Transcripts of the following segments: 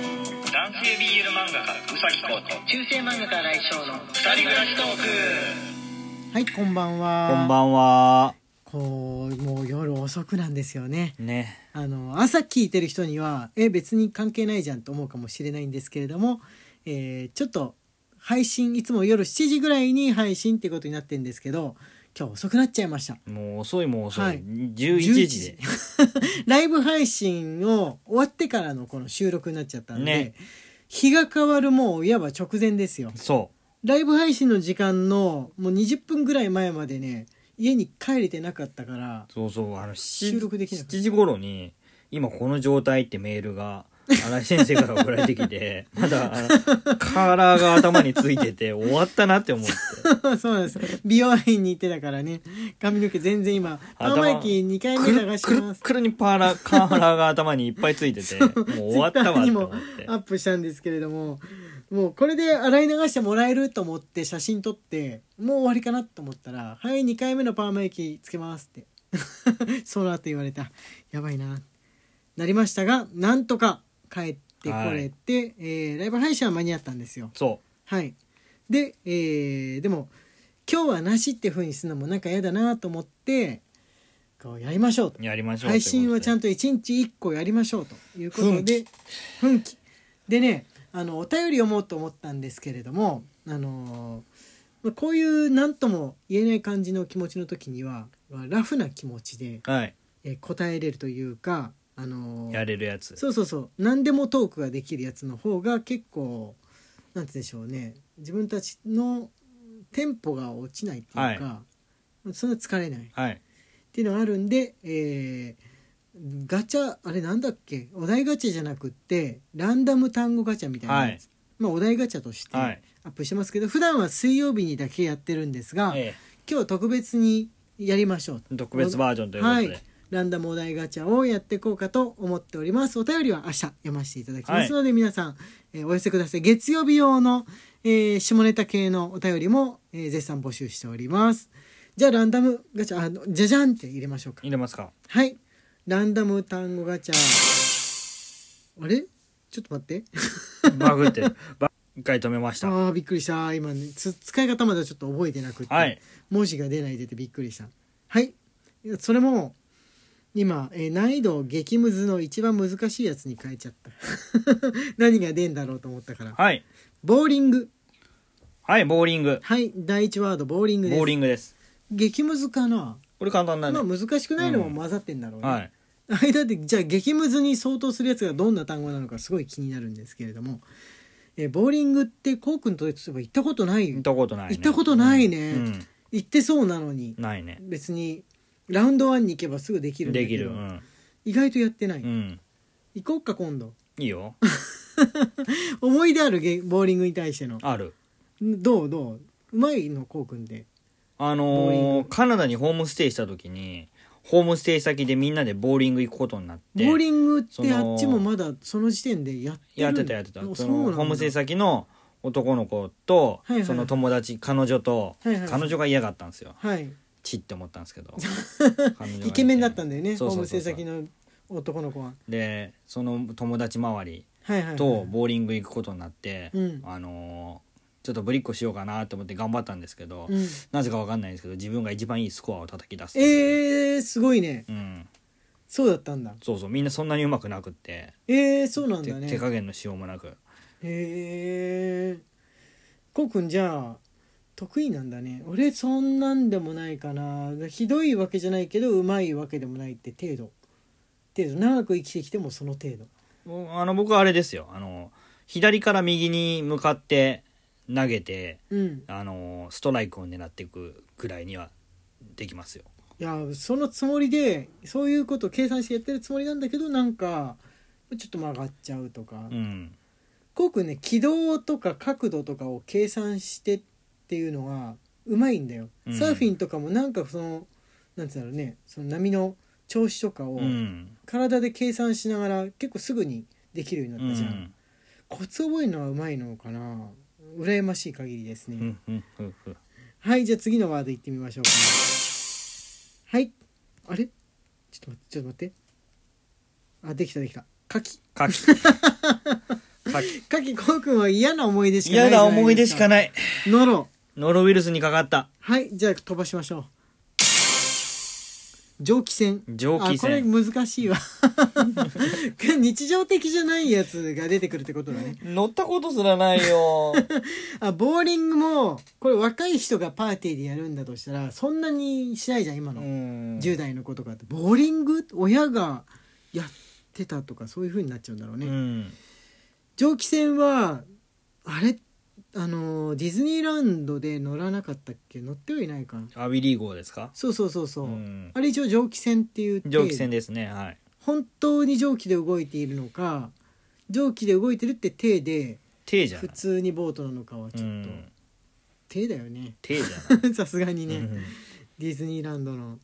男性 BL 漫画家うさぎこと中世漫画家来翔の二人暮らしトークはいこんばんはこんばんは。こうもう夜遅くなんですよねね。あの朝聞いてる人にはえ別に関係ないじゃんと思うかもしれないんですけれども、えーちょっと配信いつも夜7時ぐらいに配信ってことになってるんですけど今日遅くなっちゃいましたもう遅いもう遅い。はい11時で。 ライブ配信を終わってからのこの収録になっちゃったんで、ね日が変わるもういわば直前ですよそライブ配信の時間のもう20分ぐらい前までね家に帰れてなかったから う。そうそう。あの、7収録できなかった7時頃に、今この状態ってメールが、荒井先生から送られて きて、まだ、あのカーラーが頭についてて、終わったなって思って。そうなんです。美容院に行ってたからね。髪の毛全然今、パーマ頭液2回く目る流っしくるまっす。くるにパーラー、カーラーが頭にいっぱいついてて、もう終わったわってに思もってア。ップしたんですけれども、もうこれで洗い流してもらえると思って写真撮って、もう終わりかなと思ったら、はい、2回目のパーマ液つけますって。 その後言われた。やばいな。なりましたが、なんとか帰ってこれて、えーライブ配信は間に合ったんですよ。そはい、で、えーでも今日はなしって風にするのもなんか嫌だなと思ってこうやりましょうとう。やりましょうってことで。配信はちゃんと1日1個やりましょうということで奮起でねあのお便り読もうと思ったんですけれどもあのーまあこういう何とも言えない感じの気持ちの時にはまあラフな気持ちで、はい。えー答えれるというか、あのーやれるやつ。そうそうそう何でもトークができるやつの方が結構なんて言うんでしょうね自分たちのテンポが落ちないっていうか、そんな疲れないっはい。ていうのがあるんで、えーガチャあれなんだっけお題ガチャじゃなくってランダム単語ガチャみたいなやつ、まあ、お題ガチャとしてはいアップしてますけど、普段は水曜日にだけやってるんですが、え今日特別にやりましょうとえ特別バージョンということで。はい、ランダムお題ガチャをやっていこうかと思っておりますお便りは明日読ませていただきますので、皆さん、えーお寄せください月曜日用の、えー下ネタ系のお便りも、えー絶賛募集しておりますじゃあランダムガチャあのじゃじゃんって入れましょうか入れますかはいランダム単語ガチャあれちょっと待ってバグ ってる。バ一回止めました。あーびっくりした今ねつ使い方まだちょっと覚えてなくて、はい文字が出ないでてびっくりしたはいいやそれも今、えー難易度を激ムズの一番難しいやつに変えちゃった 何が出んだろうと思ったからはい。ボーリングはい、ボーリング。はい第一ワードボーリングですボーリングです。激ムズかな、これ簡単だまあね。難しくないのも混ざってんだろうね、はい。 間でじゃあ激ムズに相当するやつがどんな単語なのかすごい気になるんですけれども、えーボーリングってこうくんと例えば行ったことない行ったことないね。行ったことないねうん行ってそうなのにうんないね。別にラウンドワンに行けばすぐできるんだけでどきる。うん。意外とやってない、うん。行こうか今度い いよ。思い出あるゲボーリングに対してのある。どうどううまいのこうくんであボーリンのー、カナダにホームステイした時に、ホームステイ先でみんなでボーリング行くことになって。ボーリングっそてあのっちもまだその時点でやってるやってたやってた。あそそうなのんだホームステイ先の男の子とはいはい、その友達、彼女とはいはい、彼女が嫌がったんですよ。はいちって思ったんですけど。彼女がい てイケメンだったんだよねそうそホーうそうムステイそう先の男の子はで、その友達周りはいはいはいとボーリング行くことになって、うんあのーちょっとぶりっこしようかなと思って頑張ったんですけど、うんなぜかわかんないんですけど自分が一番いいスコアを叩き出すえー、すごいねうん、そうだったんだそうそうみんなそんなにうまくなくって、えー、そうなんだ手ね手加減のしようもなくへえこうくんじゃあ得意なんだね俺そんなんでもないかなひどいわけじゃないけどうまいわけでもないって程度程度長く生きてきてもその程度もうあの僕はあれですよあの左から右に向かって投げて、うんあのーストライクを狙っていくぐらいにはできますよいやそのつもりでそういうことを計算してやってるつもりなんだけどなんかちょっと曲がっちゃうとか、うんこうくんね軌道とか角度とかを計算してっていうのがうまいんだよ、うんサーフィンとかもなんかそのなんつうんだろうねその波の調子とかを、うん体で計算しながら結構すぐにできるようにうなったじゃん、んコツ覚えるのはうまいのかな羨ましい限りですね、うんうんうんうんはいじゃあ次のワードいってみましょうかはいあれちょっと待ってちょっと待ってあできたできた柿柿かきかきこうくんは嫌な思い出しかない嫌な思い出しかいないじゃないですかノロノロウイルスにかかったはいじゃあ飛ばしましょう蒸気船蒸気あ船これ難しいわ 日常的じゃないやつが出てくるってことだね乗ったことすらないよあボーリングもこれ若い人がパーティーでやるんだとしたらそんなにしないじゃん今 うの、ん10代の子とかってボーリング親がやってたとかそういう風になっちゃうんだろううね、ん蒸気船はあれあのディズニーランドで乗らなかったっけ乗ってはいないかなアビリー号ですかそうそうそうそう、うんあれ一応蒸気船っていう蒸気船でですねはい本当に蒸気で動いているのか蒸気で動いてるって体で手じゃ普ない通にボートなのかはちょっうと、ん手だよね 手じゃないさすがに ね、うんディズニーランドの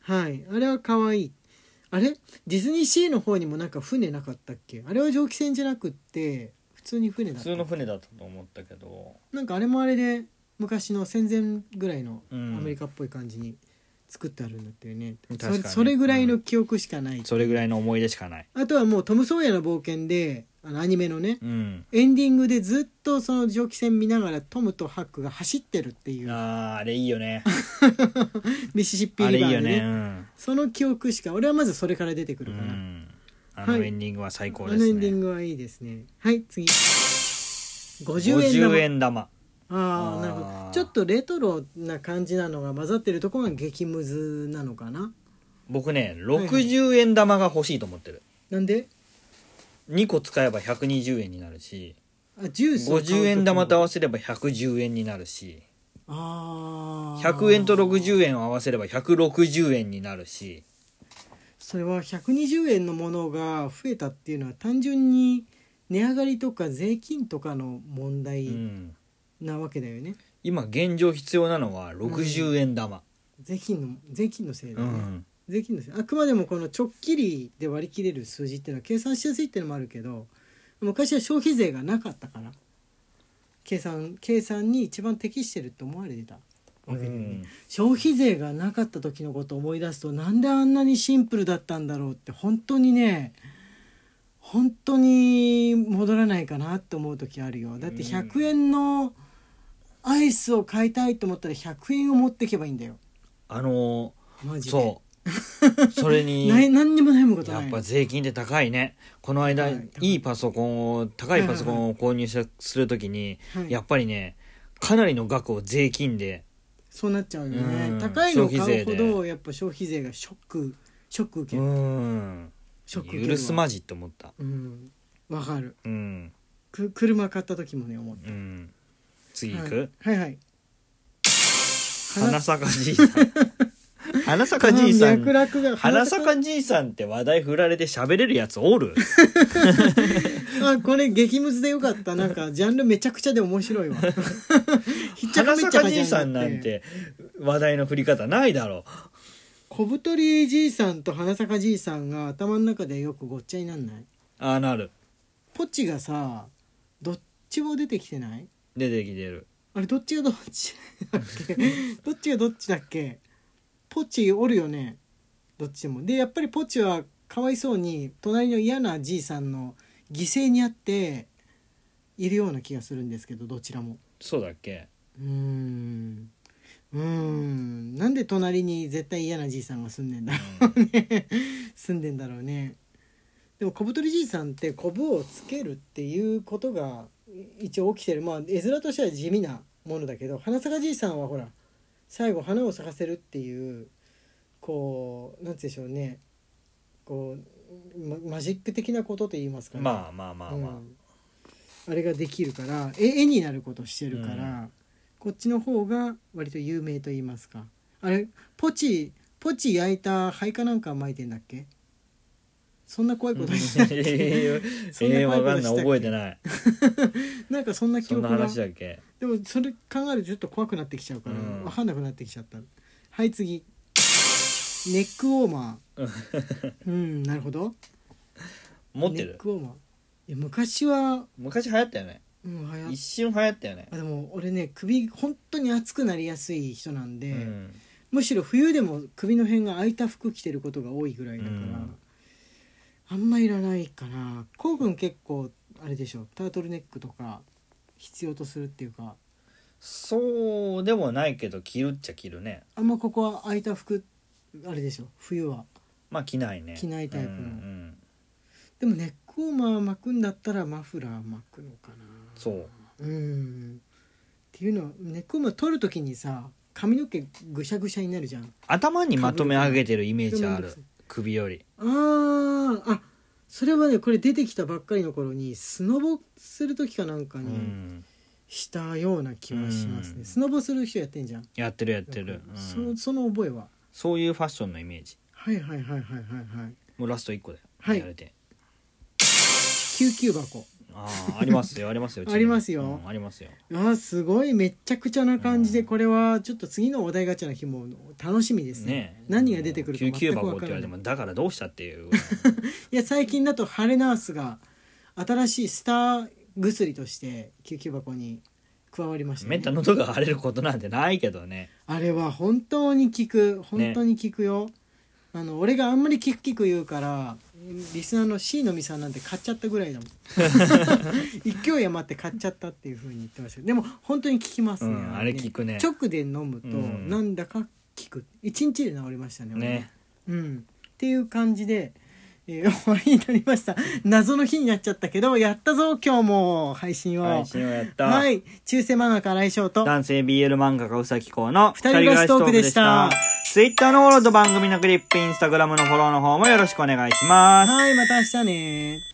はいあれは可愛いあれディズニーシーの方にもなんか船なかったっけあれは蒸気船じゃなくって普通に船だ普っ通たの船だったと思ったけどなんかあれもあれで昔の戦前ぐらいのアうんメリカっぽい感じに作ってあるんだったよね,そ確れ、かにそれぐらいの記憶しかない、それぐらいの思い出しかないあとはもう「トム・ソーヤの冒険で」あのアニメのねうんエンディングでずっとその蒸気船見ながらトムとハックが走ってるっていうあーあれいいよ ねミシシッピあリれいバいーよでねねうんその記憶しか俺はまずそれから出てくるから、うんあはのいエンディングは最高あでのエすンディンねグはいいですねはい次50円玉50円玉ああなるほどあーちょっとレトロな感じなのが混ざってるとこが激ムズなのかな僕ねい60円玉が欲しいと思ってるなんで2個使えば120円になるしあジュースを買う時50円玉と合わせれば110円になるしあー100円と60円を合わせれば160円になるしそれは120円のものが増えたっていうのは単純に値上がりとか税金とかの問う題んなわけだよね、今現状必要なのは60円玉税金の税金のせいだうよね、ん税金ですあくまでもこの直切りで割り切れる数字っていうのは計算しやすいっていうのもあるけど昔は消費税がなかったから計算計算に一番適してると思われてたわけだよね、うん消費税がなかった時のことを思い出すとなんであんなにシンプルだったんだろうって本当にね本当に戻らないかなって思う時あるよだって100円のアイスを買いたいと思ったら100円を持ってけばいいんだよあのマージでそう それにない何にも悩むことやないっぱ税金って高いねこの間高いい高いいパソコンを高いパソコンを購入したするときにはいやっぱりねかなりの額を税金でそうなっちゃうよね、うん高いの買消費う税ほでどやっぱ消費税がショックショック受うける、んショック受け許るすわまじって思ったうんわかるうんく車買った時もね思っうん次た行はいくはいはい花咲かじい さん花咲かじいさあん脈絡が花咲かじいさんって話題振られて喋れるやつおるあこれ激ムズでよかったなんかジャンルめちゃくちゃで面 白いわひ っちゃか花めっ咲ちゃかかじいさんなんて話題の振り方ないだろ小太りじいさんと花坂じいさんが頭の中でよくごっちゃになんないああなるポチがさどっちも出てきてない出てきてるあれどっちがどっち だっけどっちがどっちだっけポチおるよねどっちでもでやっぱりポチはかわいそうに隣の嫌なじいさんの犠牲にあっているような気がするんですけどどちらもそうだっ けうーんうーんなんで隣に絶対嫌なじいさんが住んでんだろうね 住んでんだろうねでも小太りじいさんってコブをつけるっていうことがい一応起きてるまあ絵面としては地味なものだけど花咲かじいさんはほら最後花を咲かせるっていうこうなんて言うんでしょうねこうママジック的なことと言いますかねまあまあまあまあ、うんあれができるから絵絵になることしてるから、こっちの方が割と有名と言いますかあれポチポチ焼いた灰かなんか巻いてんだっけそんな怖い ことしたっけ、 えーそんな怖いことしたっけえーわかんない覚えて ないなんかそんな記そん憶なが話でだっけもそれ考えるとちょっと怖くなってきちゃうから、うんわかんなくなってきちゃったはい次ネックウォーマーうんなるほど持ってネッるクウォーマーいや昔は、昔流行ったよねうん、流行っ一瞬流行ったよねあでも俺ね首本当に熱くなりやすい人なんで、うんむしろ冬でも首の辺が空いた服着てることが多いぐらいだから、うんあんまいらないかなこうくん結構あれでしょタートルネックとか必要とするっていうかそうでもないけど着るっちゃ着るねあんまここは空いた服あれでしょ冬はまあ着ないね着ないタイプのうんうんでもネックウォーマー巻くんだったらマフラー巻くのかなそうううんっていうのはネックウォーマー取る時にさ髪の毛ぐしゃぐしゃになるじゃん頭にまとめ上げてるイメージあでもなんかるさ首よりあーあそれはねこれ出てきたばっかりの頃にスノボする時かなんかうにんしたような気はしますね、うんスノボする人やってんじゃんやってるやってる、うんそのその覚えはそういうファッションのイメージはいはいはいはいはいはいもうラスト1個だよ、はいやれて救急箱ああありますよありま すよありますようんありますよあーすごいめちゃくちゃな感じでうんこれはちょっと次のお題ガチャの日も楽しみですねねえ何が出てくるか全救急く箱っ分てか言わらなれていもだからどうしたっ ていういや最近だとハレナースが新しいスター薬として救急箱に加わりましためねった喉が腫れることなんてないけどねあれは本当に効く本当に効くよ、あの俺があんまり効く効く言うからリスナーの C のみさんなんて買っちゃったぐらいだもん 勢い余って買っちゃったっていうふうに言ってましたけどでも本当に効きますね、うんあれ効くね直で飲むとうんなんだか効く一日で治りましたね俺ねうんっていう感じで、えー 終わりになりました謎の日になっちゃったけどやったぞ今日も配信を配信をやった、はい中世漫画家来翔と男性 BL 漫画家うさきこうの二人暮らしトークでしたツイッターのフォローと番組のクリップインスタグラムのフォローの方もよろしくお願いしますはいまた明日ね